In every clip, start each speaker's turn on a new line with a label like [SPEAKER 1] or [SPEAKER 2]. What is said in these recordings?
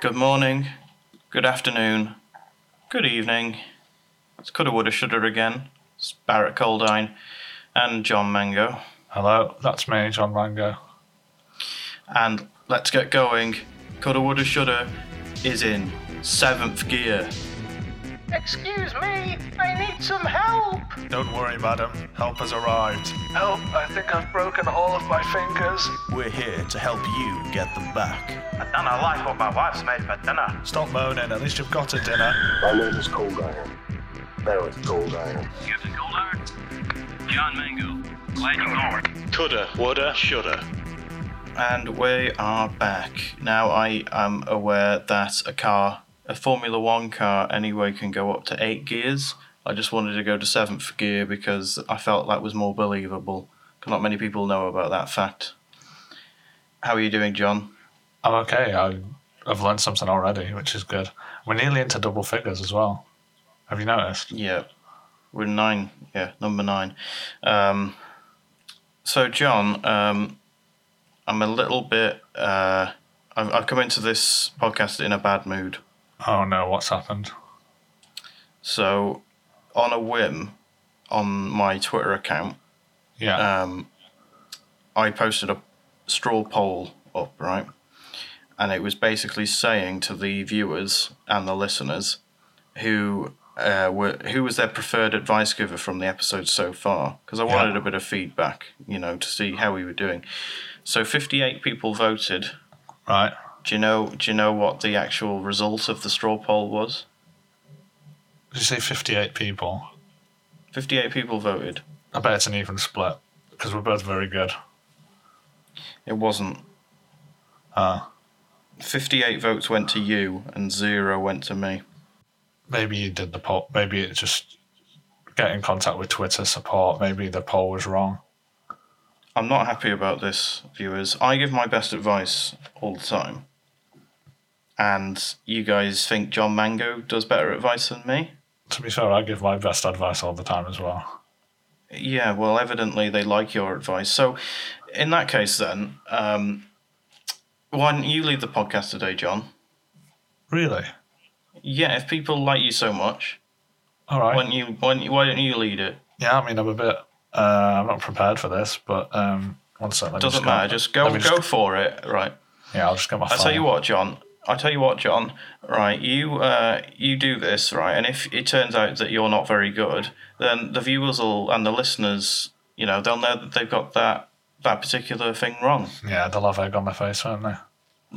[SPEAKER 1] Good morning. Good afternoon. Good evening. It's Coulda Woulda Shoulda again. It's Barrett Coldine and John Mango.
[SPEAKER 2] Hello, that's me, John Mango.
[SPEAKER 1] And let's get going. Coulda Woulda Shoulda is in seventh gear.
[SPEAKER 3] Excuse me, I need some help.
[SPEAKER 2] Don't worry, madam. Help has arrived.
[SPEAKER 3] Help, I think I've broken all of my fingers.
[SPEAKER 4] We're here to help you get them back.
[SPEAKER 5] I don't like what my wife's made for dinner.
[SPEAKER 2] Stop moaning, at least you've got a dinner.
[SPEAKER 6] My name is Cold Iron. Barrett Cold Iron.
[SPEAKER 7] Captain Cold Iron? John Mango. Glad you know
[SPEAKER 8] Coulda, woulda, shoulda.
[SPEAKER 1] And we are back. Now I am aware that a car, a Formula One car anyway, can go up to eight gears. I just wanted to go to seventh gear because I felt that was more believable. 'Cause Not many people know about that fact. How are you doing, John?
[SPEAKER 2] I'm okay. I, I've learned something already, which is good. We're nearly into double figures as well. Have you noticed?
[SPEAKER 1] Yeah, we're nine. Yeah, number nine. Um, so, John, um, I'm a little bit. Uh, I've, I've come into this podcast in a bad mood.
[SPEAKER 2] Oh no, what's happened?
[SPEAKER 1] So, on a whim, on my Twitter account,
[SPEAKER 2] Yeah.
[SPEAKER 1] um, I posted a straw poll up, right? And it was basically saying to the viewers and the listeners who uh, were who was their preferred advice giver from the episode so far, because I wanted a bit of feedback, you know, to see how we were doing. So fifty-eight people voted.
[SPEAKER 2] right.
[SPEAKER 1] Do you know? Do you know what the actual result of the straw poll was?
[SPEAKER 2] Did you say 58 people?
[SPEAKER 1] Fifty-eight people voted.
[SPEAKER 2] I bet it's an even split because we're both very good.
[SPEAKER 1] It wasn't.
[SPEAKER 2] Ah.
[SPEAKER 1] 58 votes went to you and zero went to me.
[SPEAKER 2] Maybe you did the poll. Maybe it just get in contact with Twitter support. Maybe the poll was wrong.
[SPEAKER 1] I'm not happy about this, viewers. I give my best advice all the time. And you guys think John Mango does better advice than me?
[SPEAKER 2] To be fair, I give my best advice all the time as well.
[SPEAKER 1] Yeah, well, evidently they like your advice. So, in that case, then, um, why don't you leave the podcast today, John?
[SPEAKER 2] Really?
[SPEAKER 1] Yeah, if people like you so much,
[SPEAKER 2] All right.
[SPEAKER 1] why don't you, why don't you, why don't you lead it?
[SPEAKER 2] Yeah, I mean, I'm a bit. Uh, I'm not prepared for this, but um, one second. let me
[SPEAKER 1] Doesn't
[SPEAKER 2] just
[SPEAKER 1] matter.
[SPEAKER 2] go-
[SPEAKER 1] Just
[SPEAKER 2] let
[SPEAKER 1] go,
[SPEAKER 2] me
[SPEAKER 1] go for it. Right.
[SPEAKER 2] Yeah, I'll just get my.
[SPEAKER 1] I
[SPEAKER 2] phone.
[SPEAKER 1] tell you what, John. I tell you what, John. Right, you uh, you do this right, and if it turns out that you're not very good, then the viewers will and the listeners, you know, they'll know that they've got that that particular thing wrong.
[SPEAKER 2] Yeah, they'll have egg on their face, won't they?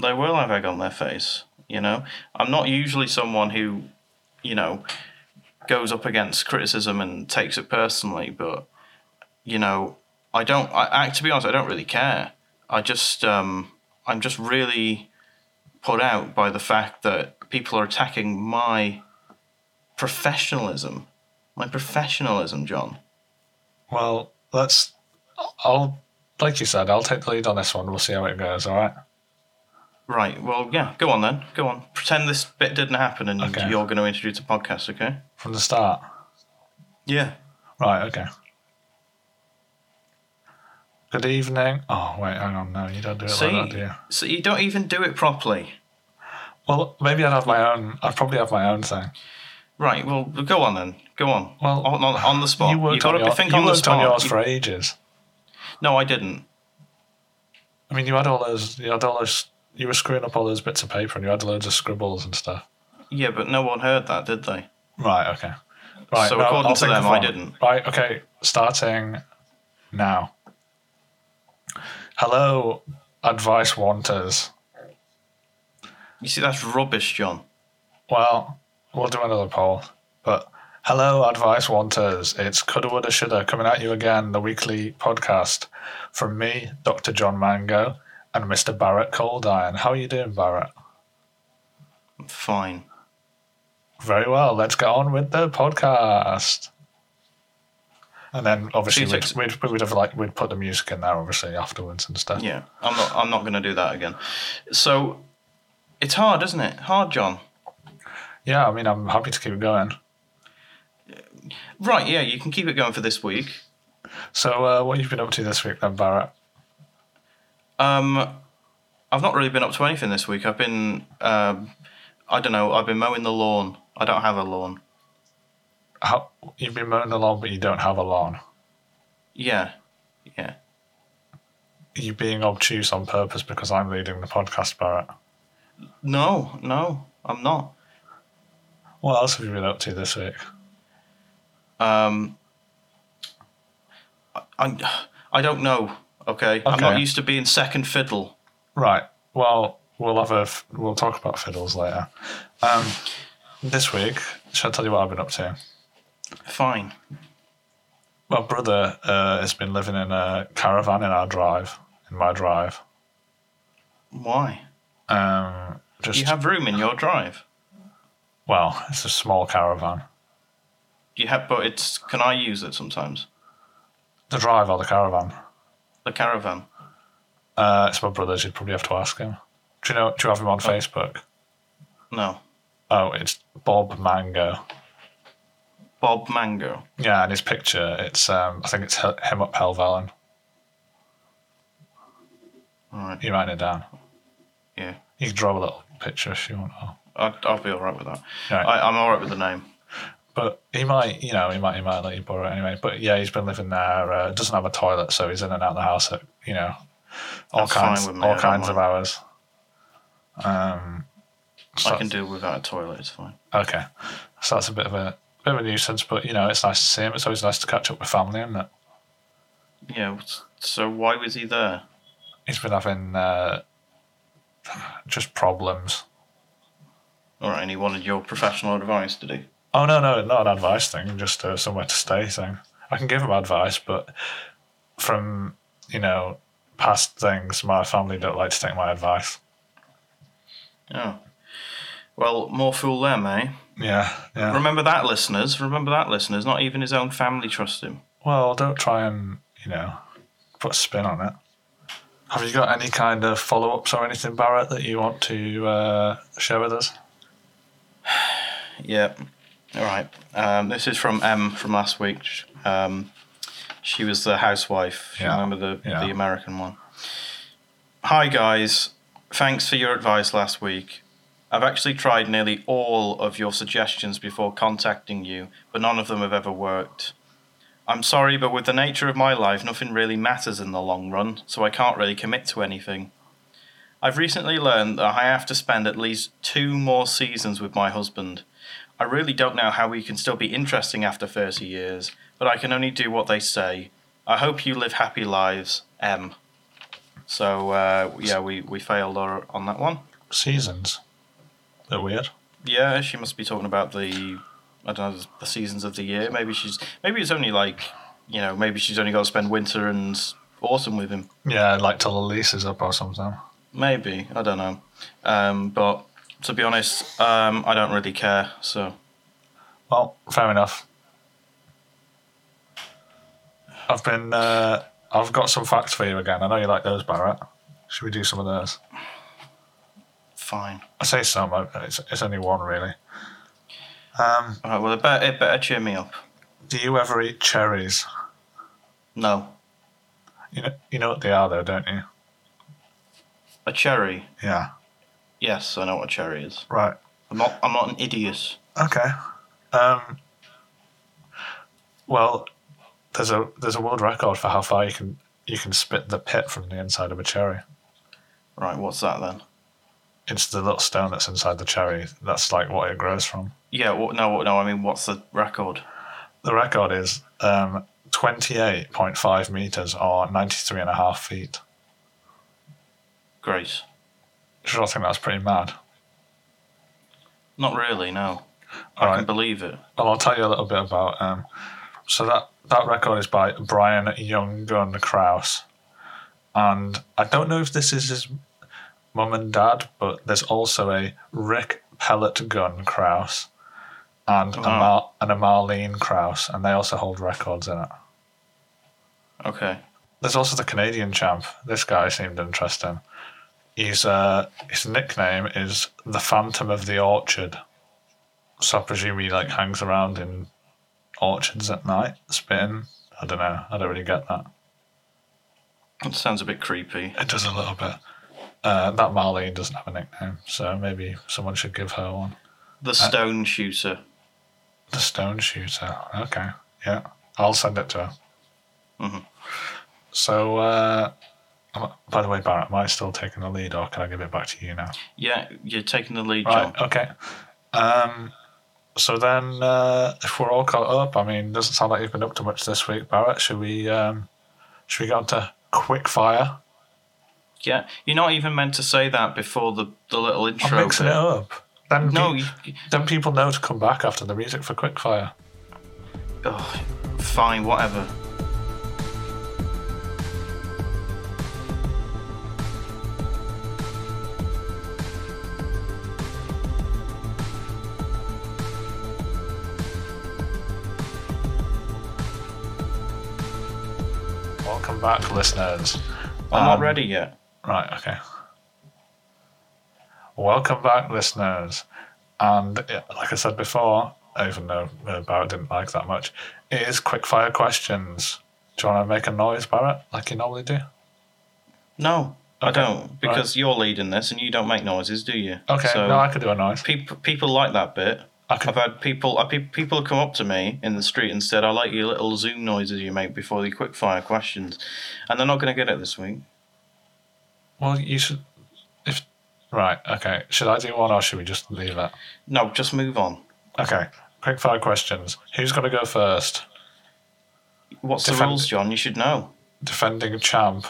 [SPEAKER 1] They will have egg on their face. You know, I'm not usually someone who, you know, goes up against criticism and takes it personally, but you know, I don't. I, I to be honest, I don't really care. I just, um, I'm just really put out by the fact that people are attacking my professionalism, my professionalism, John.
[SPEAKER 2] Well, let's. I'll, like you said, I'll take the lead on this one. We'll see how it goes. All right.
[SPEAKER 1] Right. Well, yeah. Go on then. Go on. Pretend this bit didn't happen, and
[SPEAKER 2] Okay.
[SPEAKER 1] you're going to introduce a podcast, okay?
[SPEAKER 2] From the start.
[SPEAKER 1] Yeah.
[SPEAKER 2] Right. Okay. Good evening. Oh wait, hang on. No, you don't do it
[SPEAKER 1] See,
[SPEAKER 2] like that, do you?
[SPEAKER 1] so you don't even do it properly.
[SPEAKER 2] Well, maybe I'd have my own. I'd probably have my own thing.
[SPEAKER 1] Right. Well, go on then. Go on.
[SPEAKER 2] Well,
[SPEAKER 1] on, on, on the spot.
[SPEAKER 2] you worked
[SPEAKER 1] got
[SPEAKER 2] on,
[SPEAKER 1] to
[SPEAKER 2] your,
[SPEAKER 1] think
[SPEAKER 2] you
[SPEAKER 1] on the
[SPEAKER 2] worked
[SPEAKER 1] spot.
[SPEAKER 2] on yours
[SPEAKER 1] You-
[SPEAKER 2] for ages.
[SPEAKER 1] no, I didn't.
[SPEAKER 2] I mean, you had all those. You had all those. You were screwing up all those bits of paper, and you had loads of scribbles and stuff.
[SPEAKER 1] Yeah, but no one heard that, did they?
[SPEAKER 2] Right. Okay. Right.
[SPEAKER 1] So
[SPEAKER 2] no,
[SPEAKER 1] according
[SPEAKER 2] I'll
[SPEAKER 1] to
[SPEAKER 2] take the
[SPEAKER 1] them, I
[SPEAKER 2] phone.
[SPEAKER 1] didn't.
[SPEAKER 2] Right. Okay. Starting now. Hello, advice wanters.
[SPEAKER 1] You see, that's rubbish, John.
[SPEAKER 2] Well, we'll do another poll. But hello, advice wanters. It's Coulda, Woulda, Shoulda coming at you again. The weekly podcast from me, Dr. John Mango, and Mr. Barrett Coldiron. How are you doing, Barrett?
[SPEAKER 1] Fine.
[SPEAKER 2] Very well. Let's get on with the podcast. And then obviously
[SPEAKER 1] So you
[SPEAKER 2] we'd,
[SPEAKER 1] took-
[SPEAKER 2] we'd, we'd have like we'd put the music in there obviously afterwards and stuff.
[SPEAKER 1] Yeah, I'm not. I'm not going to do that again. So, it's hard, isn't it? Hard, John.
[SPEAKER 2] Yeah, I mean I'm happy to keep going.
[SPEAKER 1] Right. Yeah, you can keep it going for this week.
[SPEAKER 2] So uh, what you've been up to this week then, Barrett?
[SPEAKER 1] Um, I've not really been up to anything this week. I've been, um, I don't know, I've been mowing the lawn. I don't have a lawn.
[SPEAKER 2] How, you've been mowing the lawn, but you don't have a lawn.
[SPEAKER 1] Yeah, yeah.
[SPEAKER 2] Are you being obtuse on purpose because I'm leading the podcast, Barrett?
[SPEAKER 1] No, no, I'm not.
[SPEAKER 2] What else have you been up to this week?
[SPEAKER 1] Um, I, I, I don't know. Okay? I'm
[SPEAKER 2] Okay.
[SPEAKER 1] not used to being second fiddle.
[SPEAKER 2] Right. Well, we'll have a f- we'll talk about fiddles later. Um, this week, shall I tell you what I've been up to?
[SPEAKER 1] Fine.
[SPEAKER 2] My brother uh, has been living in a caravan in our drive, in my drive.
[SPEAKER 1] Why?
[SPEAKER 2] Um, just
[SPEAKER 1] You have room in your drive.
[SPEAKER 2] well, it's a small caravan.
[SPEAKER 1] You have, but it's. Can I use it sometimes?
[SPEAKER 2] The drive or the caravan?
[SPEAKER 1] The caravan.
[SPEAKER 2] Uh, it's my brother's. You'd probably have to ask him. Do you know? Do you have him on
[SPEAKER 1] Oh.
[SPEAKER 2] Facebook?
[SPEAKER 1] No.
[SPEAKER 2] Oh, it's Bob Mango.
[SPEAKER 1] Bob Mango.
[SPEAKER 2] Yeah, and his picture. It's um, I think it's h- him up Helvellyn.
[SPEAKER 1] Alright.
[SPEAKER 2] You write it down.
[SPEAKER 1] Yeah.
[SPEAKER 2] You can draw a little picture if you want. Or-
[SPEAKER 1] I'd, I'll be alright with that.
[SPEAKER 2] Right.
[SPEAKER 1] I, I'm alright with the name.
[SPEAKER 2] But he might, you know, he might, he might let you borrow it anyway. But yeah, he's been living there. Uh, doesn't have a toilet, so he's in and out of the house at, you know, all
[SPEAKER 1] That's
[SPEAKER 2] kinds,
[SPEAKER 1] fine with me, I
[SPEAKER 2] all
[SPEAKER 1] don't
[SPEAKER 2] kinds of
[SPEAKER 1] mind.
[SPEAKER 2] hours. Um, so
[SPEAKER 1] I can do without a toilet, it's fine.
[SPEAKER 2] okay, so that's a bit of a bit of a nuisance, but you know, it's nice to see him. It's always nice to catch up with family, isn't it?
[SPEAKER 1] Yeah, s- so why was he there?
[SPEAKER 2] He's been having uh, just problems.
[SPEAKER 1] Alright, and he wanted your professional advice, did he?
[SPEAKER 2] Oh no, no, not an advice thing, just uh, somewhere to stay thing. I can give him advice, but from you know past things, my family don't like to take my advice.
[SPEAKER 1] Oh. Well, more fool them, eh?
[SPEAKER 2] Yeah, yeah.
[SPEAKER 1] Remember that, listeners. Remember that, listeners. Not even his own family trust him.
[SPEAKER 2] well, don't try and you know put a spin on it. Have you got any kind of follow-ups or anything, Barrett, that you want to uh, share with us?
[SPEAKER 1] Yeah. All right. Um, this is from M from last week. Um, she was the housewife.
[SPEAKER 2] Yeah.
[SPEAKER 1] Yeah. Remember the,
[SPEAKER 2] Yeah.
[SPEAKER 1] the American one? Hi, guys. Thanks for your advice last week. I've actually tried nearly all of your suggestions before contacting you, but none of them have ever worked. I'm sorry, but with the nature of my life, nothing really matters in the long run, so I can't really commit to anything. I've recently learned that I have to spend at least two more seasons with my husband. I really don't know how we can still be interesting after 30 years, but I can only do what they say. I hope you live happy lives, M. So, uh, yeah, we, we failed her on that one.
[SPEAKER 2] Seasons. They're weird.
[SPEAKER 1] Yeah, she must be talking about the, I don't know, the seasons of the year. Maybe she's, maybe it's only like, you know, maybe she's only got to spend winter and autumn with him.
[SPEAKER 2] Yeah, like till the lease is up or something.
[SPEAKER 1] Maybe I don't know, um, but to be honest, um, I don't really care. So
[SPEAKER 2] Well, fair enough. I've been. Uh, I've got some facts for you again. I know you like those, Barrett. Should we do some of those?
[SPEAKER 1] fine.
[SPEAKER 2] I say some. I- It's, it's only one really. Um,
[SPEAKER 1] All right. Well, it better, it better cheer me up.
[SPEAKER 2] Do you ever eat cherries?
[SPEAKER 1] No,
[SPEAKER 2] You know, you know what they are, though, don't you?
[SPEAKER 1] a cherry.
[SPEAKER 2] Yeah.
[SPEAKER 1] Yes, I know what a cherry is.
[SPEAKER 2] Right.
[SPEAKER 1] I'm not. I'm not an idiot.
[SPEAKER 2] Okay. Um, well, there's a there's a world record for how far you can you can spit the pit from the inside of a cherry.
[SPEAKER 1] Right. What's that then?
[SPEAKER 2] It's the little stone that's inside the cherry. That's like what it grows from.
[SPEAKER 1] Yeah. What, no. what- No. I mean, what's the record?
[SPEAKER 2] The record is um, 28.5 meters or 93 and a half feet.
[SPEAKER 1] Great.
[SPEAKER 2] Sure, I think that's pretty mad.
[SPEAKER 1] Not really. No. I can
[SPEAKER 2] All right.
[SPEAKER 1] believe it.
[SPEAKER 2] Well, I'll tell you a little bit about. Um, so that that record is by Brian Younggun Kraus, and I don't know if this is his mum and dad, but there's also a Rick Pellet Gun Kraus and a Mar- and a Marlene Kraus, and they also hold records in it.
[SPEAKER 1] Okay.
[SPEAKER 2] There's also the Canadian champ. This guy seemed interesting. He's uh, his nickname is the Phantom of the Orchard. So I presume he like hangs around in orchards at night, spitting. I don't know. I don't really get that.
[SPEAKER 1] It sounds a bit creepy.
[SPEAKER 2] It does a little bit. Uh, that Marlene doesn't have a nickname, so maybe someone should give her one. Uh,
[SPEAKER 1] The Stone Shooter.
[SPEAKER 2] The Stone Shooter. Okay. Yeah. I'll send it to her.
[SPEAKER 1] Mhm.
[SPEAKER 2] So, uh, am I- by the way, Barrett, am I still taking the lead or can I give it back to you now?
[SPEAKER 1] Yeah, you're taking the lead,
[SPEAKER 2] Right.
[SPEAKER 1] John.
[SPEAKER 2] Okay. Um, so then, uh, if we're all caught up, I mean, doesn't sound like you've been up to much this week, Barrett. Should we? Um, should we get on to quick fire?
[SPEAKER 1] Yeah, you're not even meant to say that before the, the little
[SPEAKER 2] I'm
[SPEAKER 1] intro.
[SPEAKER 2] mixing it
[SPEAKER 1] bit.
[SPEAKER 2] up. Then,
[SPEAKER 1] No,
[SPEAKER 2] pe-
[SPEAKER 1] you,
[SPEAKER 2] then people know to come back after the music for quick fire.
[SPEAKER 1] oh, fine, whatever.
[SPEAKER 2] Welcome back, listeners.
[SPEAKER 1] I'm not
[SPEAKER 2] Um,
[SPEAKER 1] ready yet.
[SPEAKER 2] Right, okay. Welcome back, listeners. And yeah, like I said before, even though uh, Barrett didn't like that much, it is quickfire questions. Do you want to make a noise, Barrett, like you normally do?
[SPEAKER 1] No, I don't, because you're leading this and you don't make noises, do you?
[SPEAKER 2] Okay,
[SPEAKER 1] So
[SPEAKER 2] no, I could do a noise.
[SPEAKER 1] people people like that bit.
[SPEAKER 2] I could,
[SPEAKER 1] I've had people I, pe- people have come up to me in the street and said, "I like your little Zoom noises you make before the quickfire questions," and they're not going to get it this week.
[SPEAKER 2] well, you should. If Right, okay. Should I do one or should we just leave it?
[SPEAKER 1] No, just move on.
[SPEAKER 2] Okay, quickfire questions. Who's going to go first?
[SPEAKER 1] What's the
[SPEAKER 2] Defend-
[SPEAKER 1] rules, John? You should know.
[SPEAKER 2] Defending champ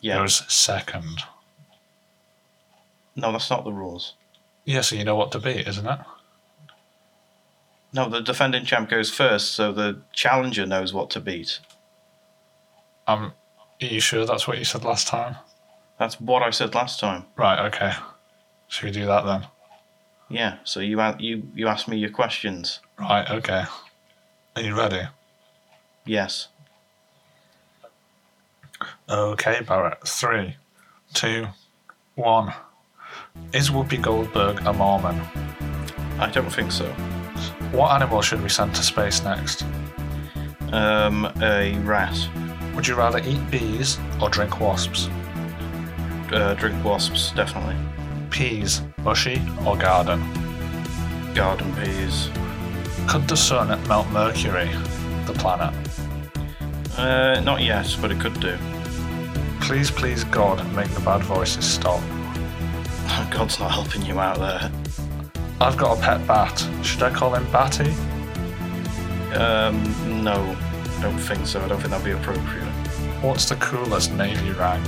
[SPEAKER 1] Yeah.
[SPEAKER 2] goes second.
[SPEAKER 1] No, that's not the rules.
[SPEAKER 2] Yeah, so you know what to beat, isn't it?
[SPEAKER 1] No, the defending champ goes first, so the challenger knows what to beat.
[SPEAKER 2] Um, are you sure that's what you said last time?
[SPEAKER 1] That's what I said last time.
[SPEAKER 2] Right, okay. Should we do that then?
[SPEAKER 1] Yeah. So you a- you you asked me your questions.
[SPEAKER 2] Right, okay. Are you ready?
[SPEAKER 1] Yes.
[SPEAKER 2] Okay, Barrett. Three, two, one. Is Whoopi Goldberg a Mormon?
[SPEAKER 1] I don't think so.
[SPEAKER 2] What animal should we send to space next?
[SPEAKER 1] Um, a rat.
[SPEAKER 2] Would you rather eat bees or drink wasps?
[SPEAKER 1] Uh, drink wasps, definitely.
[SPEAKER 2] Peas, bushy or garden?
[SPEAKER 1] Garden peas.
[SPEAKER 2] Could the sun melt Mercury, the planet?
[SPEAKER 1] Uh, not yet, but it could do.
[SPEAKER 2] Please, please, God, make the bad voices stop.
[SPEAKER 1] Oh, God's not helping you out there.
[SPEAKER 2] I've got a pet bat. Should I call him Batty?
[SPEAKER 1] Um, no, I don't think so. I don't think that'd be appropriate.
[SPEAKER 2] What's the coolest Navy rank?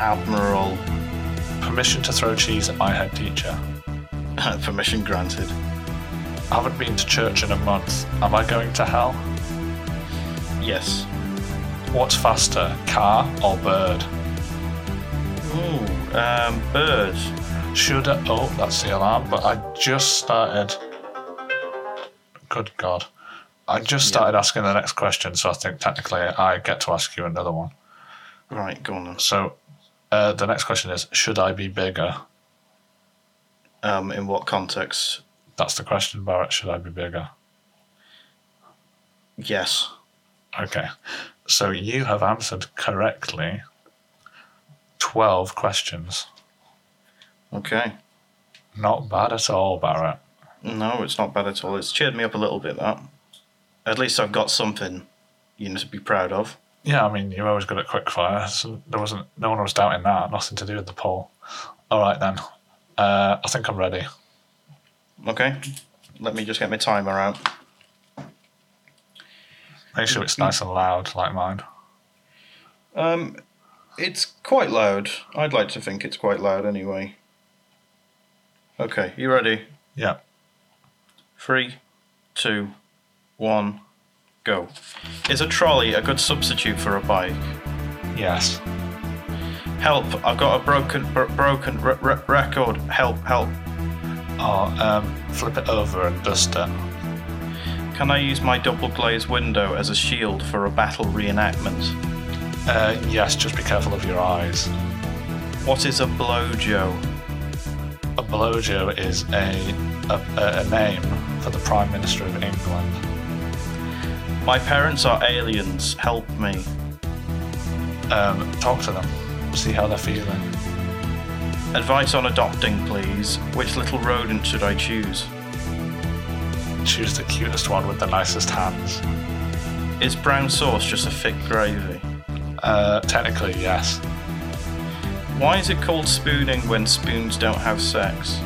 [SPEAKER 1] Admiral,
[SPEAKER 2] Permission to throw cheese at my head teacher.
[SPEAKER 1] permission granted.
[SPEAKER 2] Haven't been to church in a month. Am I going to hell?
[SPEAKER 1] Yes.
[SPEAKER 2] What's faster, car or bird?
[SPEAKER 1] Ooh, um, bird.
[SPEAKER 2] Should I. Oh, that's the alarm, but I just started. Good God. I just started asking the next question, so I think technically I get to ask you another one.
[SPEAKER 1] Right, go on. then.
[SPEAKER 2] So uh, the next question is Should I be bigger?
[SPEAKER 1] Um, in what context?
[SPEAKER 2] That's the question, Barrett. Should I be bigger?
[SPEAKER 1] Yes.
[SPEAKER 2] Okay. So you have answered correctly 12 questions.
[SPEAKER 1] Okay.
[SPEAKER 2] Not bad at all, Barrett.
[SPEAKER 1] No, it's not bad at all. It's cheered me up a little bit. That. At least I've got something, you know, to be proud of.
[SPEAKER 2] Yeah, I mean, you're always good at quickfire. So there wasn't, no one was doubting that. Nothing to do with the poll. All right, then. Uh, I think I'm ready.
[SPEAKER 1] Okay. Let me just get my timer out.
[SPEAKER 2] Make sure it's nice and loud, like mine.
[SPEAKER 1] Um, it's quite loud. I'd like to think it's quite loud anyway. Okay, you ready?
[SPEAKER 2] Yeah.
[SPEAKER 1] Three, two, one, go. Is a trolley a good substitute for a bike?
[SPEAKER 2] Yes.
[SPEAKER 1] Help! I've got a broken, bro- broken re- re- record. Help! Help!
[SPEAKER 2] Or um, flip it over and dust it.
[SPEAKER 1] Can I use my double glazed window as a shield for a battle reenactment?
[SPEAKER 2] Uh, yes, just be careful of your eyes.
[SPEAKER 1] What is a blowjo?
[SPEAKER 2] A blowjo is a, a, a name for the Prime Minister of England.
[SPEAKER 1] My parents are aliens. Help me.
[SPEAKER 2] Um, talk to them. see how they're feeling.
[SPEAKER 1] Advice on adopting, please. Which little rodent should I choose?
[SPEAKER 2] Choose the cutest one with the nicest hands.
[SPEAKER 1] Is brown sauce just a thick gravy?
[SPEAKER 2] Uh, technically, yes.
[SPEAKER 1] Why is it called spooning when spoons don't have sex?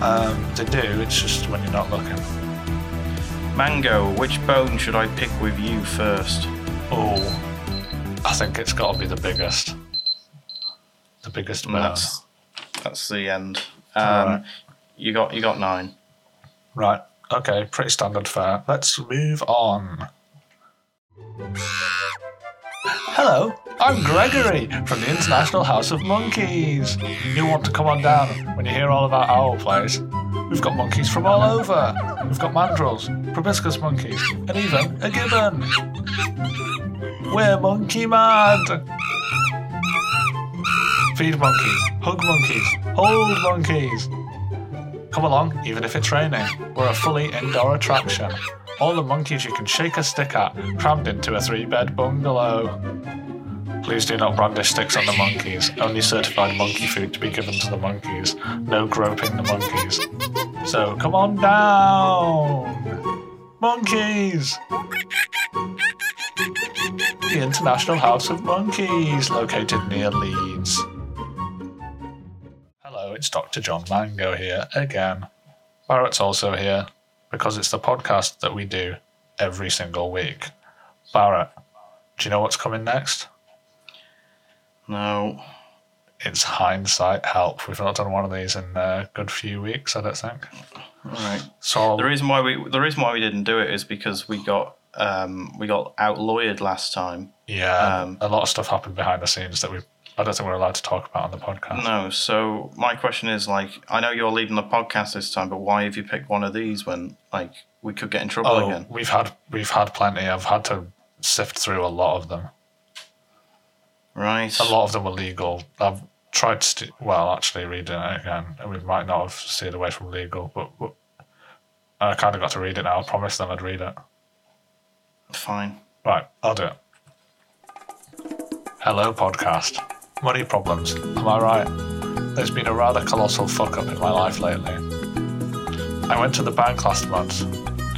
[SPEAKER 2] Um, they do, it's just when you're not looking.
[SPEAKER 1] Mango, which bone should I pick with you first?
[SPEAKER 2] Oh, I think it's got to be the biggest. The biggest
[SPEAKER 1] And
[SPEAKER 2] bone.
[SPEAKER 1] that's that's the end. Um,
[SPEAKER 2] Alright.
[SPEAKER 1] You got you got nine.
[SPEAKER 2] Right. Okay. Pretty standard fare. Let's move on. Hello, I'm Gregory from the International House of Monkeys. You want to come on down when you hear all about our place? We've got monkeys from all over. We've got mandrills, proboscis monkeys, and even a gibbon. We're monkey mad. Feed monkeys, hug monkeys, hold monkeys. Come along, even if it's raining. We're a fully indoor attraction. All the monkeys you can shake a stick at, crammed into a three bed bungalow. Please do not brandish sticks on the monkeys. Only certified monkey food to be given to the monkeys. No groping the monkeys. So come on down! Monkeys! The International House of Monkeys, located near Leeds. Hello, it's Dr. John Mango here again. Barrett's also here because it's the podcast that we do every single week. Barrett, do you know what's coming next?
[SPEAKER 1] No.
[SPEAKER 2] It's hindsight help. We've not done one of these in uh, a good few weeks, I don't think.
[SPEAKER 1] All right.
[SPEAKER 2] So
[SPEAKER 1] The reason why we the reason why we didn't do it is because we got um, we got outlawyered last time.
[SPEAKER 2] yeah,
[SPEAKER 1] um,
[SPEAKER 2] a lot of stuff happened behind the scenes that we I don't think we're allowed to talk about on the podcast.
[SPEAKER 1] No, so my question is like, I know you're leading the podcast this time, but why have you picked one of these when like we could get in trouble
[SPEAKER 2] oh,
[SPEAKER 1] again?
[SPEAKER 2] we've had we've had plenty. I've had to sift through a lot of them.
[SPEAKER 1] Right.
[SPEAKER 2] a lot of them were legal. I've tried to, st- well, actually reading it again, and we might not have steered away from legal, but, but I kind of got to read it now. I promised them I'd read it.
[SPEAKER 1] Fine.
[SPEAKER 2] Right, I'll do it. Hello, podcast. Money problems, am I right? There's been a rather colossal fuck up in my life lately. I went to the bank last month.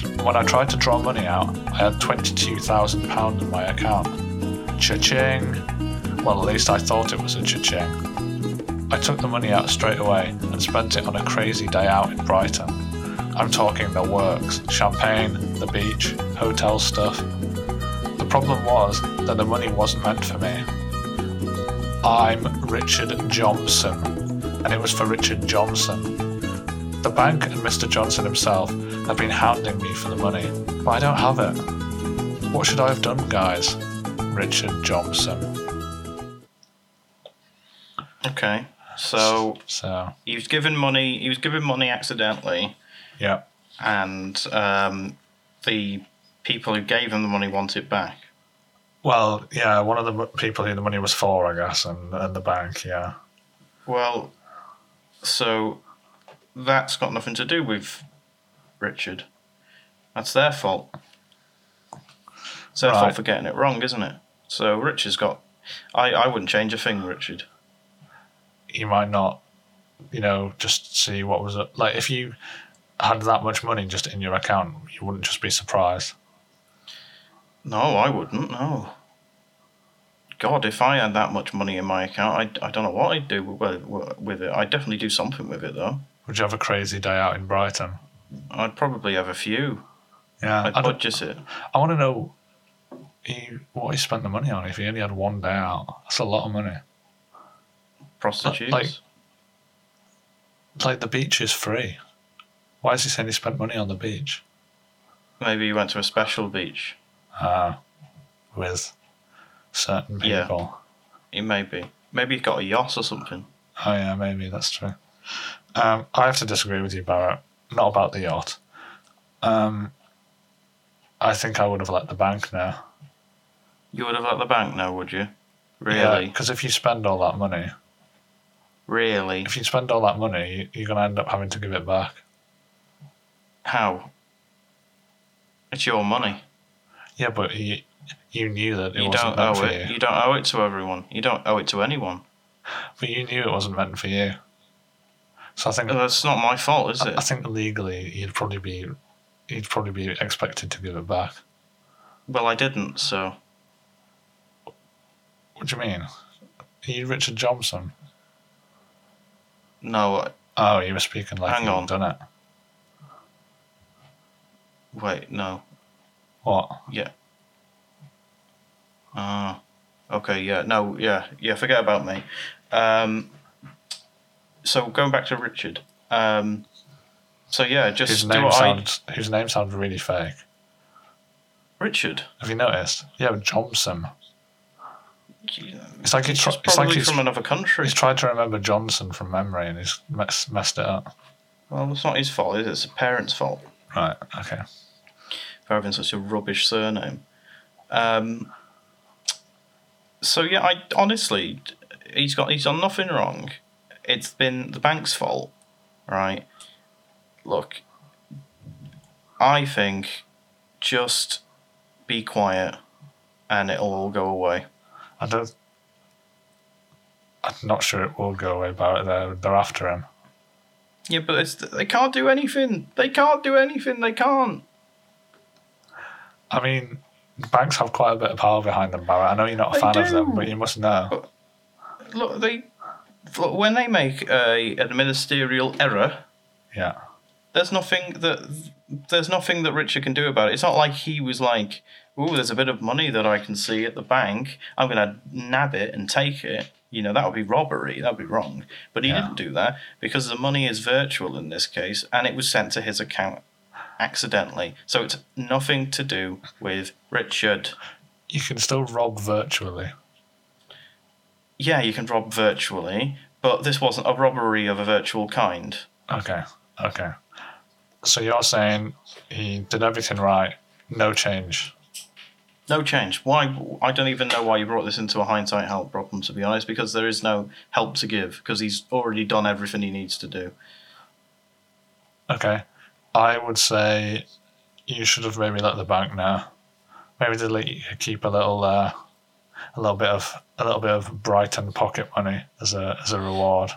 [SPEAKER 2] and When I tried to draw money out, I had £22,000 in my account. Cha-ching! Well, at least I thought it was a cha-ching. I took the money out straight away and spent it on a crazy day out in Brighton. I'm talking the works, champagne, the beach, hotel stuff, the problem was that the money wasn't meant for me. I'm Richard Johnson, and it was for Richard Johnson. The bank and Mr. Johnson himself have been hounding me for the money, but I don't have it. What should I have done, guys? Richard Johnson.
[SPEAKER 1] Okay. So
[SPEAKER 2] So,
[SPEAKER 1] he was given money. He was given money accidentally,
[SPEAKER 2] yeah,
[SPEAKER 1] and um, the people who gave him the money want it back.
[SPEAKER 2] well, yeah, one of the mo- people who the money was for, I guess, and, and the bank, yeah.
[SPEAKER 1] Well, so that's got nothing to do with Richard. That's their fault. It's their
[SPEAKER 2] Right.
[SPEAKER 1] fault for getting it wrong, isn't it? So Richard's got. I, I wouldn't change a thing, Richard.
[SPEAKER 2] you might not, you know, just see what was up. Like if you had that much money just in your account, you wouldn't just be surprised.
[SPEAKER 1] No, I wouldn't. No. God, if I had that much money in my account, I, I don't know what I'd do with, with it. I'd definitely do something with it, though.
[SPEAKER 2] Would you have a crazy day out in Brighton?
[SPEAKER 1] I'd probably have a few.
[SPEAKER 2] Yeah,
[SPEAKER 1] I'd
[SPEAKER 2] I, don't-
[SPEAKER 1] budget it.
[SPEAKER 2] I want to know he, what he spent the money on. If he only had one day out, that's a lot of money.
[SPEAKER 1] Prostitutes.
[SPEAKER 2] like- It's like the beach is free. Why is he saying he spent money on the beach?
[SPEAKER 1] Maybe you went to a special beach.
[SPEAKER 2] Uh, with certain people.
[SPEAKER 1] Yeah. It may be. Maybe you got a yacht or something.
[SPEAKER 2] Oh yeah, maybe that's true. Um, I have to disagree with you, Barrett. Not about the yacht. Um, I think I would have let the bank know.
[SPEAKER 1] You would have let the bank know, would you? Really?
[SPEAKER 2] Because if you spend all that money,
[SPEAKER 1] Really?
[SPEAKER 2] if you spend all that money, you- you're going to end up having to give it back.
[SPEAKER 1] How? It's your money.
[SPEAKER 2] Yeah, but you, you knew that it
[SPEAKER 1] you don't
[SPEAKER 2] wasn't meant
[SPEAKER 1] owe
[SPEAKER 2] for
[SPEAKER 1] it.
[SPEAKER 2] you,
[SPEAKER 1] You don't owe it to everyone. You don't owe it to anyone.
[SPEAKER 2] but you knew it wasn't meant for you. So I think
[SPEAKER 1] That's not my fault, is
[SPEAKER 2] I,
[SPEAKER 1] it?
[SPEAKER 2] I think legally you'd probably be you'd probably be expected to give it back.
[SPEAKER 1] Well, I didn't, so
[SPEAKER 2] What do you mean? Are you Richard Johnson?
[SPEAKER 1] no. I-
[SPEAKER 2] Oh, you were speaking like
[SPEAKER 1] Hang
[SPEAKER 2] you
[SPEAKER 1] on.
[SPEAKER 2] had done it.
[SPEAKER 1] Wait, no.
[SPEAKER 2] What?
[SPEAKER 1] Ah, okay, yeah, no, yeah, yeah. Forget about me. Um, so going back to Richard. Um, so yeah,
[SPEAKER 2] Whose
[SPEAKER 1] just do
[SPEAKER 2] name
[SPEAKER 1] what
[SPEAKER 2] sounds whose name sounds really fake.
[SPEAKER 1] I. Richard.
[SPEAKER 2] Have you noticed? Yeah, but Johnson. It's like he's,
[SPEAKER 1] He's
[SPEAKER 2] tr-
[SPEAKER 1] just
[SPEAKER 2] it's like
[SPEAKER 1] probably
[SPEAKER 2] he's,
[SPEAKER 1] from another country.
[SPEAKER 2] he's tried to remember Johnson from memory and he's mess, messed it up.
[SPEAKER 1] Well, it's not his fault, is it? It's the parents' fault.
[SPEAKER 2] Right. Okay.
[SPEAKER 1] for having such a rubbish surname. Um, so yeah, I honestly, he's got he's done nothing wrong. It's been the bank's fault, right? Look, I think just be quiet, and it'll all go away.
[SPEAKER 2] I don't. I'm not sure it will go away about it. They're, they're after him.
[SPEAKER 1] Yeah, but it's, they can't do anything. They can't do anything. They can't.
[SPEAKER 2] I mean, banks have quite a bit of power behind them, Barrett. I know you're not a
[SPEAKER 1] They
[SPEAKER 2] fan of them,
[SPEAKER 1] do.
[SPEAKER 2] but you must know.
[SPEAKER 1] Look, they look, when they make a an ministerial error.
[SPEAKER 2] Yeah.
[SPEAKER 1] there's nothing that there's nothing that Richard can do about it. It's not like he was like, "Ooh, there's a bit of money that I can see at the bank. I'm gonna nab it and take it." You know, that would be robbery. That would be wrong. But he
[SPEAKER 2] Yeah.
[SPEAKER 1] didn't do that because the money is virtual in this case, and it was sent to his account accidentally. So it's nothing to do with Richard.
[SPEAKER 2] You can still rob virtually.
[SPEAKER 1] Yeah, you can rob virtually, but this wasn't a robbery of a virtual kind.
[SPEAKER 2] Okay. Okay. So you're saying he did everything right, no change.
[SPEAKER 1] No change. Why? I don't even know why you brought this into a hindsight help problem, to be honest, because there is no help to give because he's already done everything he needs to do.
[SPEAKER 2] Okay. I would say you should have maybe let the bank know. Maybe they let you keep a little uh, a little bit of a little bit of Brighton pocket money as a as a reward.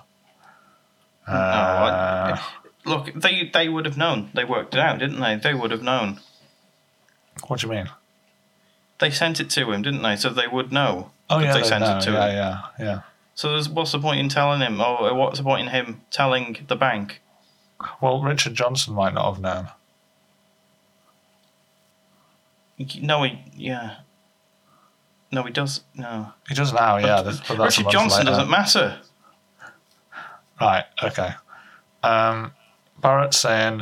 [SPEAKER 1] Hmm. Oh,
[SPEAKER 2] Uh,
[SPEAKER 1] Look, they they would have known. They worked it out, didn't they? They would have known.
[SPEAKER 2] what do you mean?
[SPEAKER 1] They sent it to him, didn't they? So they would know.
[SPEAKER 2] Oh
[SPEAKER 1] that
[SPEAKER 2] yeah,
[SPEAKER 1] they
[SPEAKER 2] they
[SPEAKER 1] sent
[SPEAKER 2] know.
[SPEAKER 1] it to
[SPEAKER 2] yeah,
[SPEAKER 1] him.
[SPEAKER 2] yeah, yeah.
[SPEAKER 1] So there's, what's the point in telling him? Or what's the point in him telling the bank?
[SPEAKER 2] Well, Richard Johnson might not have known.
[SPEAKER 1] No, he yeah. No, he does. No,
[SPEAKER 2] He does now, yeah. But, but that's a
[SPEAKER 1] Richard
[SPEAKER 2] month
[SPEAKER 1] Johnson
[SPEAKER 2] later.
[SPEAKER 1] doesn't matter.
[SPEAKER 2] Right, okay. Um, Barrett's saying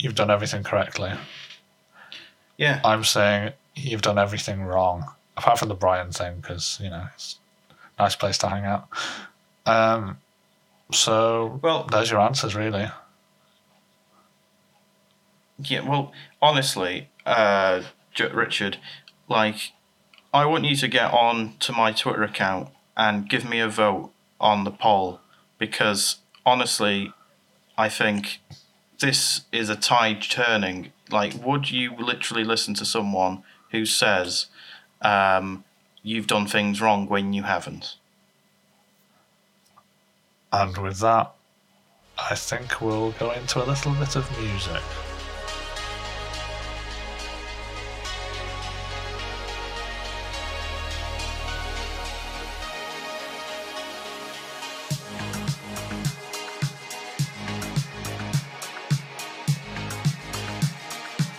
[SPEAKER 2] you've done everything correctly.
[SPEAKER 1] Yeah.
[SPEAKER 2] I'm saying you've done everything wrong, apart from the Brighton thing, because, you know, it's a nice place to hang out. Um, so,
[SPEAKER 1] Well-
[SPEAKER 2] there's your answers, really.
[SPEAKER 1] Yeah, well, honestly, uh, J- Richard, like, I want you to get on to my Twitter account and give me a vote on the poll because honestly, I think this is a tide turning. Like, would you literally listen to someone who says um, you've done things wrong when you haven't?
[SPEAKER 2] And with that, I think we'll go into a little bit of music.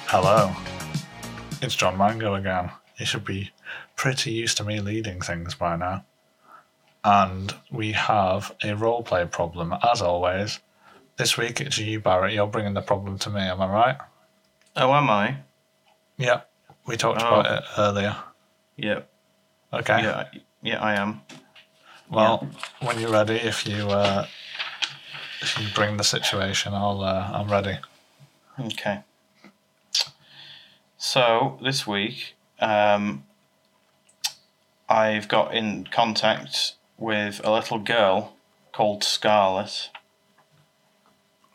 [SPEAKER 2] Hello. It's John Mango again. You should be pretty used to me leading things by now and we have a roleplay problem as always. This week it's you, Barrett. You're bringing the problem to me. Am I right?
[SPEAKER 1] Oh, am I?
[SPEAKER 2] Yeah. We talked
[SPEAKER 1] Oh.
[SPEAKER 2] about it earlier.
[SPEAKER 1] Yeah,
[SPEAKER 2] Okay.
[SPEAKER 1] yeah, yeah, I am.
[SPEAKER 2] Well, when you're ready, if you uh, if you bring the situation, I'll uh, I'm ready.
[SPEAKER 1] Okay. So this week, um, I've got in contact with a little girl called Scarlet.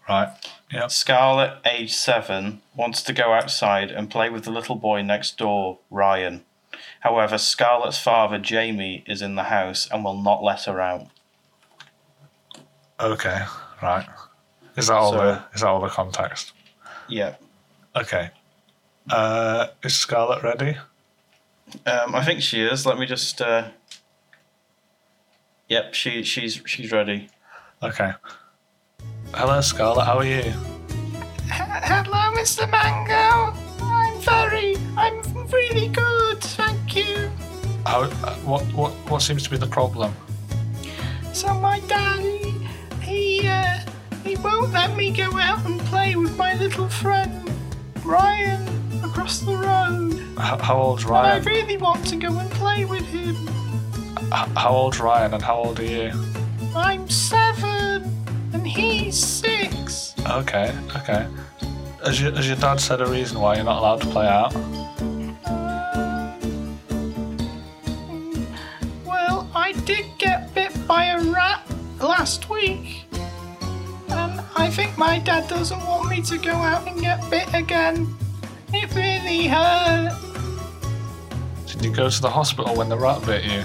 [SPEAKER 2] Right. Yep.
[SPEAKER 1] Scarlet, age seven, wants to go outside and play with the little boy next door, Ryan. However, Scarlett's father, Jamie, is in the house and will not let her out.
[SPEAKER 2] Okay, right. Is that all
[SPEAKER 1] So-
[SPEAKER 2] the is that all the context?
[SPEAKER 1] Yeah.
[SPEAKER 2] Okay. Uh, is Scarlet ready?
[SPEAKER 1] Um, I think she is. Let me just. Uh... Yep, she she's she's ready.
[SPEAKER 2] Okay. Hello, Scarlet. How are you?
[SPEAKER 3] Hello, Mr. Mango. I'm very, I'm really good, thank you.
[SPEAKER 2] How? uh, What? What? What seems to be the problem?
[SPEAKER 3] So my daddy, he, uh, he won't let me go out and play with my little friend Ryan across the road.
[SPEAKER 2] H- how old's
[SPEAKER 3] I
[SPEAKER 2] Ryan?
[SPEAKER 3] really want to go and play with him.
[SPEAKER 2] H- how old's Ryan? And how old are you?
[SPEAKER 3] I'm seven, and he's six.
[SPEAKER 2] Okay. Okay. Has your, has your dad said a reason why you're not allowed to play out?
[SPEAKER 3] Well, I did get bit by a rat last week. And I think my dad doesn't want me to go out and get bit again. It really hurt.
[SPEAKER 2] Did you go to the hospital when the rat bit you?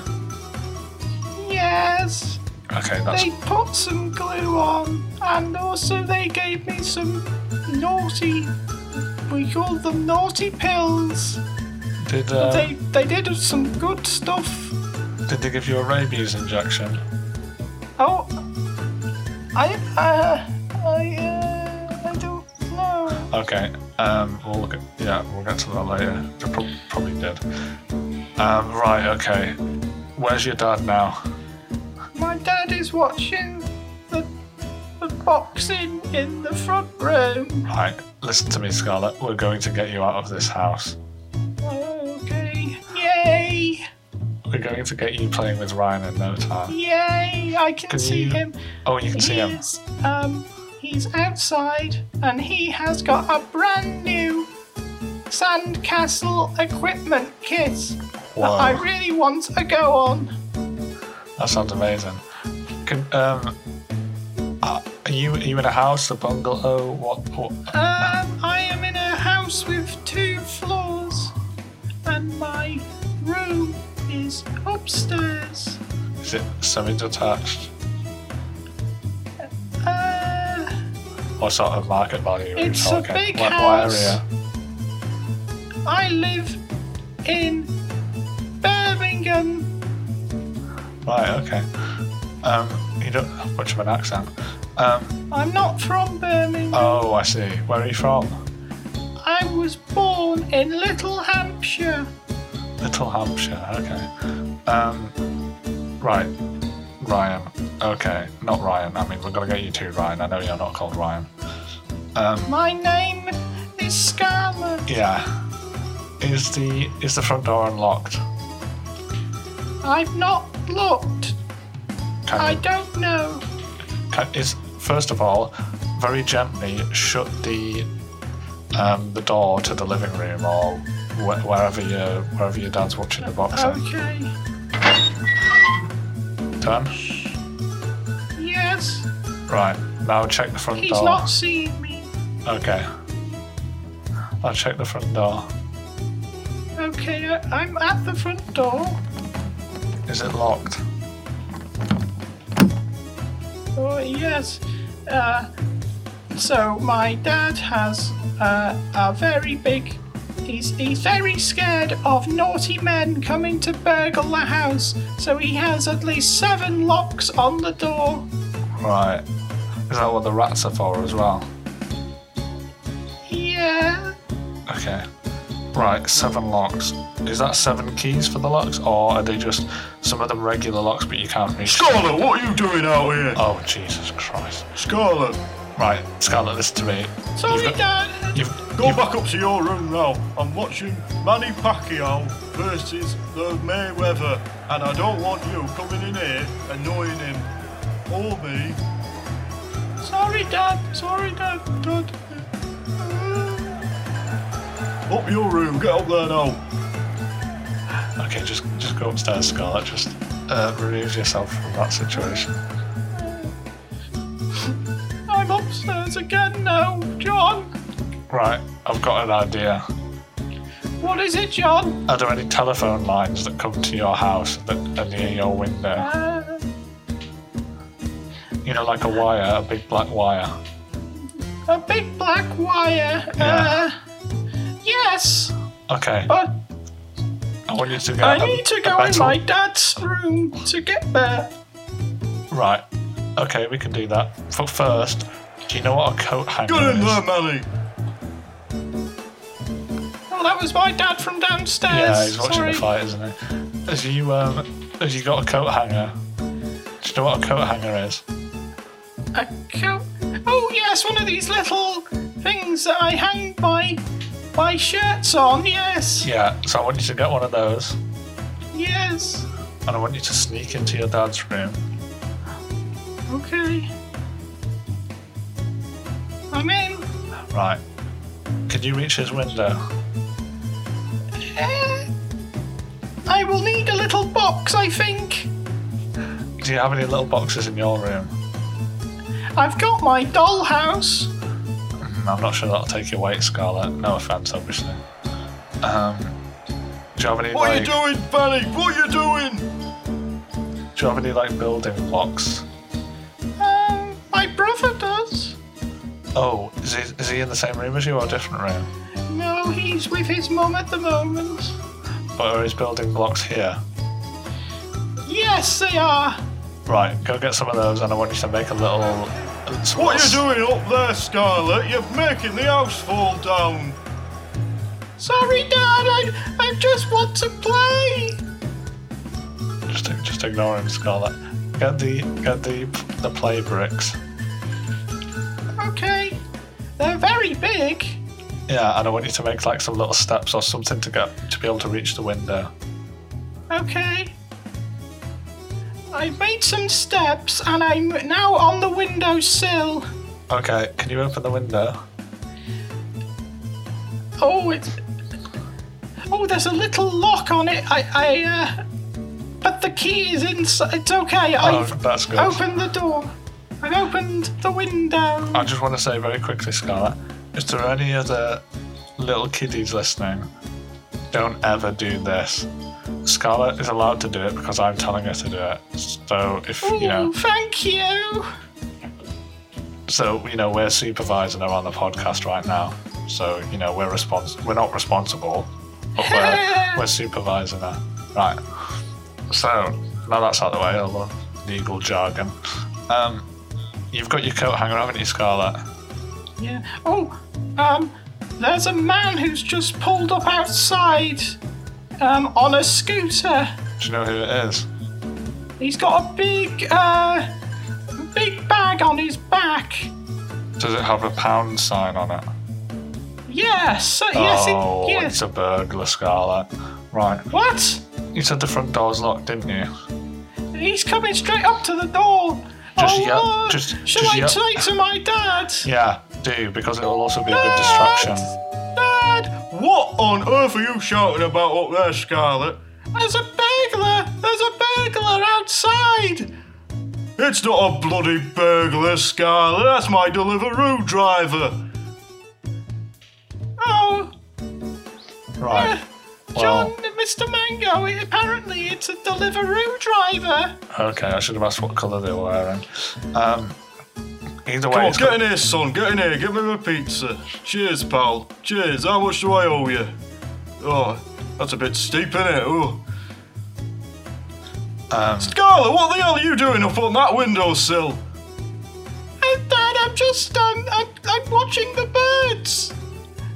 [SPEAKER 3] Yes.
[SPEAKER 2] Okay, that's
[SPEAKER 3] They put some glue on, and also they gave me some naughty. We called them naughty pills.
[SPEAKER 2] did. Uh,
[SPEAKER 3] They they did some good stuff.
[SPEAKER 2] Did they give you a rabies injection?
[SPEAKER 3] Oh, I uh, I uh, I don't know.
[SPEAKER 2] Okay. Um, we'll look at, yeah, we'll get to that later. They prob- probably did. Um, right. Okay. Where's your dad now?
[SPEAKER 3] My dad is watching the the boxing in the front room.
[SPEAKER 2] Right. Listen to me, Scarlet. We're going to get you out of this house.
[SPEAKER 3] Okay, yay,
[SPEAKER 2] We're going to get you playing with Ryan in no time.
[SPEAKER 3] yay! I can,
[SPEAKER 2] Can
[SPEAKER 3] see
[SPEAKER 2] you
[SPEAKER 3] him.
[SPEAKER 2] Oh, you can see him.
[SPEAKER 3] He's um he's outside and he has got a brand new sandcastle equipment kit that I
[SPEAKER 2] Whoa.
[SPEAKER 3] really want to go on.
[SPEAKER 2] That sounds amazing. Can, um, uh, are you are you in a house, a bungalow? What? what?
[SPEAKER 3] Um, I am in a house with two floors, and my room is upstairs.
[SPEAKER 2] Is it semi-detached
[SPEAKER 3] Uh,
[SPEAKER 2] or sort of market value? are you
[SPEAKER 3] It's a
[SPEAKER 2] talking?
[SPEAKER 3] big
[SPEAKER 2] what,
[SPEAKER 3] house.
[SPEAKER 2] What area?
[SPEAKER 3] I live in Birmingham.
[SPEAKER 2] Right, okay. Um, you don't have much of an accent. Um,
[SPEAKER 3] I'm not from Birmingham.
[SPEAKER 2] oh, I see. Where are you from?
[SPEAKER 3] I was born in Little Hampshire.
[SPEAKER 2] Little Hampshire, okay. Um, right, Ryan. Okay, not Ryan. I mean, we're going to get you two, Ryan. I know you're not called Ryan.
[SPEAKER 3] My name is Scarlet.
[SPEAKER 2] Yeah. Is the is the front door unlocked?
[SPEAKER 3] I've not looked.
[SPEAKER 2] Can
[SPEAKER 3] I
[SPEAKER 2] you-
[SPEAKER 3] don't know.
[SPEAKER 2] can, is first of all very gently shut the um, the door to the living room or wh- wherever your wherever your dad's watching the boxing.
[SPEAKER 3] Okay.
[SPEAKER 2] Done.
[SPEAKER 3] Yes.
[SPEAKER 2] Right now, check the front
[SPEAKER 3] He's
[SPEAKER 2] door.
[SPEAKER 3] not seeing me.
[SPEAKER 2] Okay. I'll check the front door.
[SPEAKER 3] Okay, I- I'm at the front door.
[SPEAKER 2] Is it locked?
[SPEAKER 3] Oh, yes. Uh, so my dad has uh, a very big. He's, he's very scared of naughty men coming to burgle the house, so he has at least seven locks on the door.
[SPEAKER 2] Right. Is that what the rats are for as well?
[SPEAKER 3] Yeah,
[SPEAKER 2] Okay. Right, seven locks. Is that seven keys for the locks, or are they just some of the regular locks but you can't reach?
[SPEAKER 4] Scarlet, what are you doing out here?
[SPEAKER 2] Oh Jesus Christ!
[SPEAKER 4] Scarlet,
[SPEAKER 2] Right, Scarlet, listen to me.
[SPEAKER 3] sorry,
[SPEAKER 2] You've
[SPEAKER 3] Dad.
[SPEAKER 2] You've
[SPEAKER 4] go back up to your room now. I'm watching Manny Pacquiao versus the Mayweather, and I don't want you coming in here annoying him or me.
[SPEAKER 3] Sorry, Dad. Sorry, Dad. Dad. Uh,
[SPEAKER 4] Up your room, get up there now.
[SPEAKER 2] okay, just just go upstairs, Scarlet. Just uh, remove yourself from that situation.
[SPEAKER 3] I'm upstairs again now, John.
[SPEAKER 2] Right, I've got an idea.
[SPEAKER 3] What is it, John?
[SPEAKER 2] Are there any telephone lines that come to your house that are near your window?
[SPEAKER 3] Uh,
[SPEAKER 2] You know, like a wire, a big black wire.
[SPEAKER 3] a big black wire.
[SPEAKER 2] Yeah.
[SPEAKER 3] Uh, yes,
[SPEAKER 2] Okay,
[SPEAKER 3] but
[SPEAKER 2] I want you to get.
[SPEAKER 3] I
[SPEAKER 2] a-
[SPEAKER 3] need to
[SPEAKER 2] a
[SPEAKER 3] go in
[SPEAKER 2] metal-
[SPEAKER 3] my dad's room to get there.
[SPEAKER 2] Right. Okay, we can do that. But first, do you know what a coat hanger
[SPEAKER 4] Get in
[SPEAKER 2] is?
[SPEAKER 4] there, Manny.
[SPEAKER 3] Well, Oh, that was my dad from downstairs.
[SPEAKER 2] Yeah, he's watching
[SPEAKER 3] Sorry.
[SPEAKER 2] the fight, isn't he? Has you um, has you got a coat hanger? Do you know what a coat hanger is?
[SPEAKER 3] A coat. Oh yes, one of these little things that I hang my my shirts on. Yes,
[SPEAKER 2] Yeah. So I want you to get one of those,
[SPEAKER 3] yes.
[SPEAKER 2] and I want you to sneak into your dad's room.
[SPEAKER 3] Okay. I'm in.
[SPEAKER 2] Right. Can you reach his window?
[SPEAKER 3] Eh, I will need a little box, I think.
[SPEAKER 2] Do you have any little boxes in your room?
[SPEAKER 3] I've got my dollhouse.
[SPEAKER 2] Mm, I'm not sure that'll take your weight, Scarlet. No offense, obviously. Um, do you have any
[SPEAKER 4] What
[SPEAKER 2] like?
[SPEAKER 4] are you doing, Manny? What are you doing?
[SPEAKER 2] do you have any like building blocks?
[SPEAKER 3] Um, my brother does.
[SPEAKER 2] Oh, is he, is he in the same room as you or a different room?
[SPEAKER 3] No, he's with his mum at the moment.
[SPEAKER 2] But are his building blocks here?
[SPEAKER 3] Yes, they are.
[SPEAKER 2] Right, go get some of those and I want you to make a little. uh,
[SPEAKER 4] What are you doing up there, Scarlet? You're making the house fall down.
[SPEAKER 3] Sorry, Dad. I I just want to play.
[SPEAKER 2] doing? Just, just ignore him, Scarlet. Get the get the the play bricks.
[SPEAKER 3] Okay. They're very big.
[SPEAKER 2] Yeah, and I want you to make like some little steps or something to get to be able to reach the window.
[SPEAKER 3] Okay. I've made some steps and I'm now on the windowsill.
[SPEAKER 2] Okay, can you open the window?
[SPEAKER 3] Oh, it's. Oh, there's a little lock on it. I. I uh, but the key is inside. It's okay.
[SPEAKER 2] Oh,
[SPEAKER 3] I've
[SPEAKER 2] that's good.
[SPEAKER 3] opened the door. I've opened the window.
[SPEAKER 2] I just want to say very quickly, Scarlet, is there any other little kiddies listening? Don't ever do this. Scarlet is allowed to do it because I'm telling her to do it. So if
[SPEAKER 3] Ooh,
[SPEAKER 2] you know,
[SPEAKER 3] Oh, thank you.
[SPEAKER 2] so you know, we're supervising her on the podcast right now. So you know, we're respons- we're not responsible, but we're, we're supervising her. Right. So now that's out of the way, all the legal jargon. Um, you've got your coat hanger, haven't you, Scarlet?
[SPEAKER 3] Yeah. Oh, um, there's a man who's just pulled up outside, um, on a scooter.
[SPEAKER 2] Do you know who it is?
[SPEAKER 3] He's got a big, uh, big bag on his back.
[SPEAKER 2] Does it have a pound sign on it?
[SPEAKER 3] Yes. uh, Yes.
[SPEAKER 2] oh,
[SPEAKER 3] It,
[SPEAKER 2] it's
[SPEAKER 3] yes.
[SPEAKER 2] a burglar, Scarlet. Right.
[SPEAKER 3] What?
[SPEAKER 2] You said the front door's locked, didn't you?
[SPEAKER 3] He's coming straight up to the door.
[SPEAKER 2] Just
[SPEAKER 3] oh,
[SPEAKER 2] yell-
[SPEAKER 3] Lord.
[SPEAKER 2] just-
[SPEAKER 3] Shall
[SPEAKER 2] just
[SPEAKER 3] I
[SPEAKER 2] yell-
[SPEAKER 3] take to my dad?
[SPEAKER 2] Yeah, do, because it'll also be a good distraction.
[SPEAKER 3] Dad,
[SPEAKER 4] What on earth are you shouting about up there, Scarlet?
[SPEAKER 3] there's a burglar. There's a burglar outside.
[SPEAKER 4] It's not a bloody burglar, Scarlet. That's my Deliveroo driver.
[SPEAKER 3] Oh,
[SPEAKER 2] Right.
[SPEAKER 3] John,
[SPEAKER 2] Well,
[SPEAKER 3] Mr. Mango. it- apparently, it's a Deliveroo driver.
[SPEAKER 2] okay, I should have asked what colour they were wearing. Um, either way,
[SPEAKER 4] Come on,
[SPEAKER 2] it's got-
[SPEAKER 4] Oh, get in here, son. Get in here. Give me my pizza. Cheers, pal. Cheers. How much do I owe you? Oh, that's a bit steep, isn't it? Ooh.
[SPEAKER 2] Um,
[SPEAKER 4] Scarlet, what the hell are you doing up on that windowsill?
[SPEAKER 3] Uh, Dad, I'm just um, I'm, I'm watching the birds.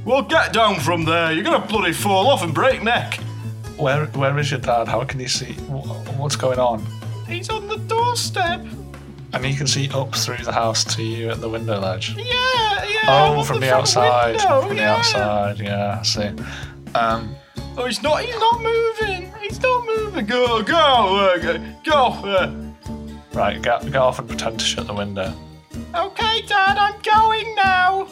[SPEAKER 4] Well, get down from there. You're gonna bloody fall off and break neck.
[SPEAKER 2] where, where is your dad? How can he see? wh- What's going on?
[SPEAKER 3] He's on the doorstep.
[SPEAKER 2] And he can see up through the house to you at the window ledge.
[SPEAKER 3] Yeah, yeah.
[SPEAKER 2] Oh,
[SPEAKER 3] out
[SPEAKER 2] from the
[SPEAKER 3] front
[SPEAKER 2] outside.
[SPEAKER 3] window,
[SPEAKER 2] From the
[SPEAKER 3] yeah.
[SPEAKER 2] outside, yeah, I see. Um,
[SPEAKER 4] Oh, he's not. He's not moving. He's not moving. Go, go, uh, go, go. Uh,
[SPEAKER 2] right, get, get off and pretend to shut the window.
[SPEAKER 3] Okay, Dad, I'm going now.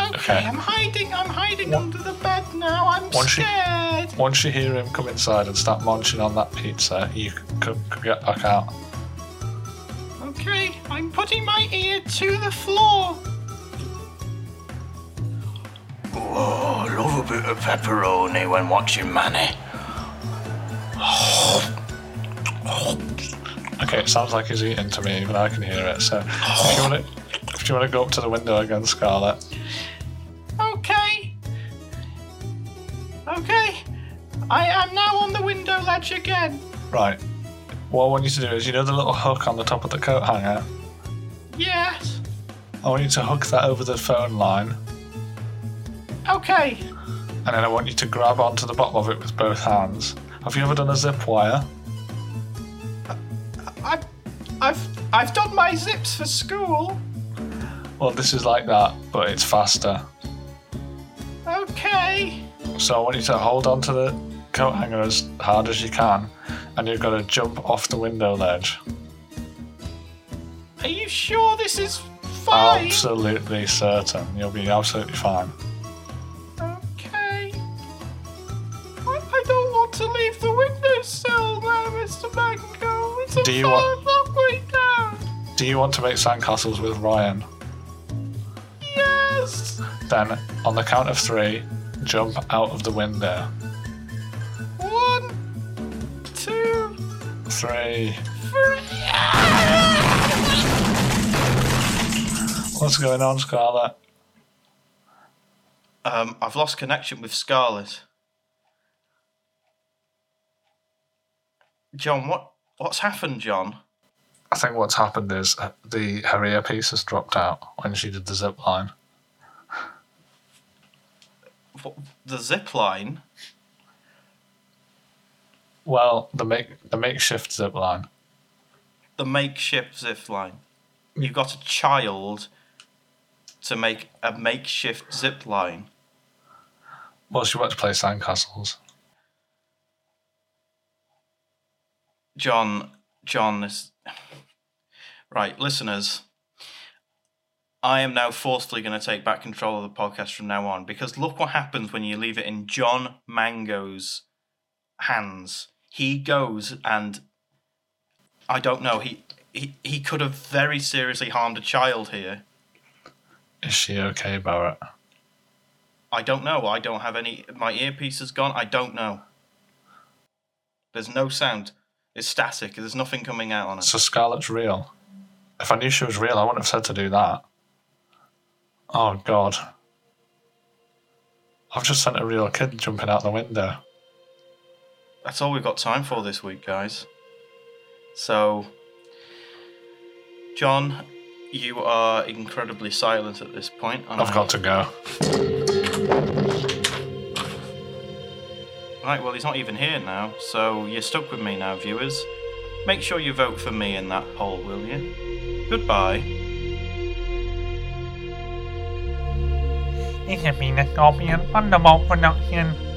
[SPEAKER 3] Okay,
[SPEAKER 2] Okay.
[SPEAKER 3] I'm hiding. I'm hiding
[SPEAKER 2] Wa-
[SPEAKER 3] under the bed now. I'm
[SPEAKER 2] Once you-
[SPEAKER 3] scared.
[SPEAKER 2] Once you hear him come inside and start munching on that pizza, you could get back out.
[SPEAKER 3] Okay, I'm putting my ear to the floor.
[SPEAKER 8] Oh, bit of pepperoni when watching Manny.
[SPEAKER 2] Okay, it sounds like he's eating to me, but I can hear it. So, if you want to, if you want to go up to the window again, Scarlet.
[SPEAKER 3] Okay. Okay. I am now on the window ledge again.
[SPEAKER 2] Right. What I want you to do is, you know, the little hook on the top of the coat hanger.
[SPEAKER 3] Yes.
[SPEAKER 2] I want you to hook that over the phone line,
[SPEAKER 3] Okay.
[SPEAKER 2] and then I want you to grab onto the bottom of it with both hands. Have you ever done a zip wire?
[SPEAKER 3] I've, I've, I've done my zips for school.
[SPEAKER 2] Well, this is like that, but it's faster.
[SPEAKER 3] Okay.
[SPEAKER 2] So I want you to hold onto the coat hanger as hard as you can, and you've got to jump off the window ledge.
[SPEAKER 3] Are you sure this is fine?
[SPEAKER 2] Absolutely certain. You'll be absolutely fine.
[SPEAKER 3] Okay. I, I don't want to leave the windowsill there, Mr. Mango. It's a
[SPEAKER 2] Do you
[SPEAKER 3] far
[SPEAKER 2] want-
[SPEAKER 3] long way down.
[SPEAKER 2] Do you want to make sandcastles with Ryan?
[SPEAKER 3] Yes.
[SPEAKER 2] Then, on the count of three, jump out of the window.
[SPEAKER 3] One, two,
[SPEAKER 2] Three.
[SPEAKER 3] three.
[SPEAKER 2] What's going on, Scarlet?
[SPEAKER 1] Um, I've lost connection with Scarlet. John, what what's happened, John?
[SPEAKER 2] I think what's happened is uh, the her earpiece has dropped out when she did the zip line.
[SPEAKER 1] What, the zip line.
[SPEAKER 2] Well, the make the makeshift zip line.
[SPEAKER 1] the makeshift zip line. You've got a child to make a makeshift zip line.
[SPEAKER 2] Well, she wants to play sandcastles.
[SPEAKER 1] John, John, this. Right, listeners, I am now forcefully going to take back control of the podcast from now on because look what happens when you leave it in John Mango's hands. He goes and I don't know, he, he, he could have very seriously harmed a child here.
[SPEAKER 2] Is she okay, Barrett?
[SPEAKER 1] I don't know. I don't have any. My earpiece is gone. I don't know. There's no sound. It's static. There's nothing coming out on it.
[SPEAKER 2] So Scarlet's real. If I knew she was real, I wouldn't have said to do that. Oh God! I've just sent a real kid jumping out the window.
[SPEAKER 1] That's all we've got time for this week, guys. So, John, you are incredibly silent at this point. and
[SPEAKER 2] I've
[SPEAKER 1] I-
[SPEAKER 2] got to go.
[SPEAKER 1] Right, well, he's not even here now, so you're stuck with me now, viewers. Make sure you vote for me in that poll, will you? Goodbye.
[SPEAKER 9] This has been a Scorpion Thunderbolt production.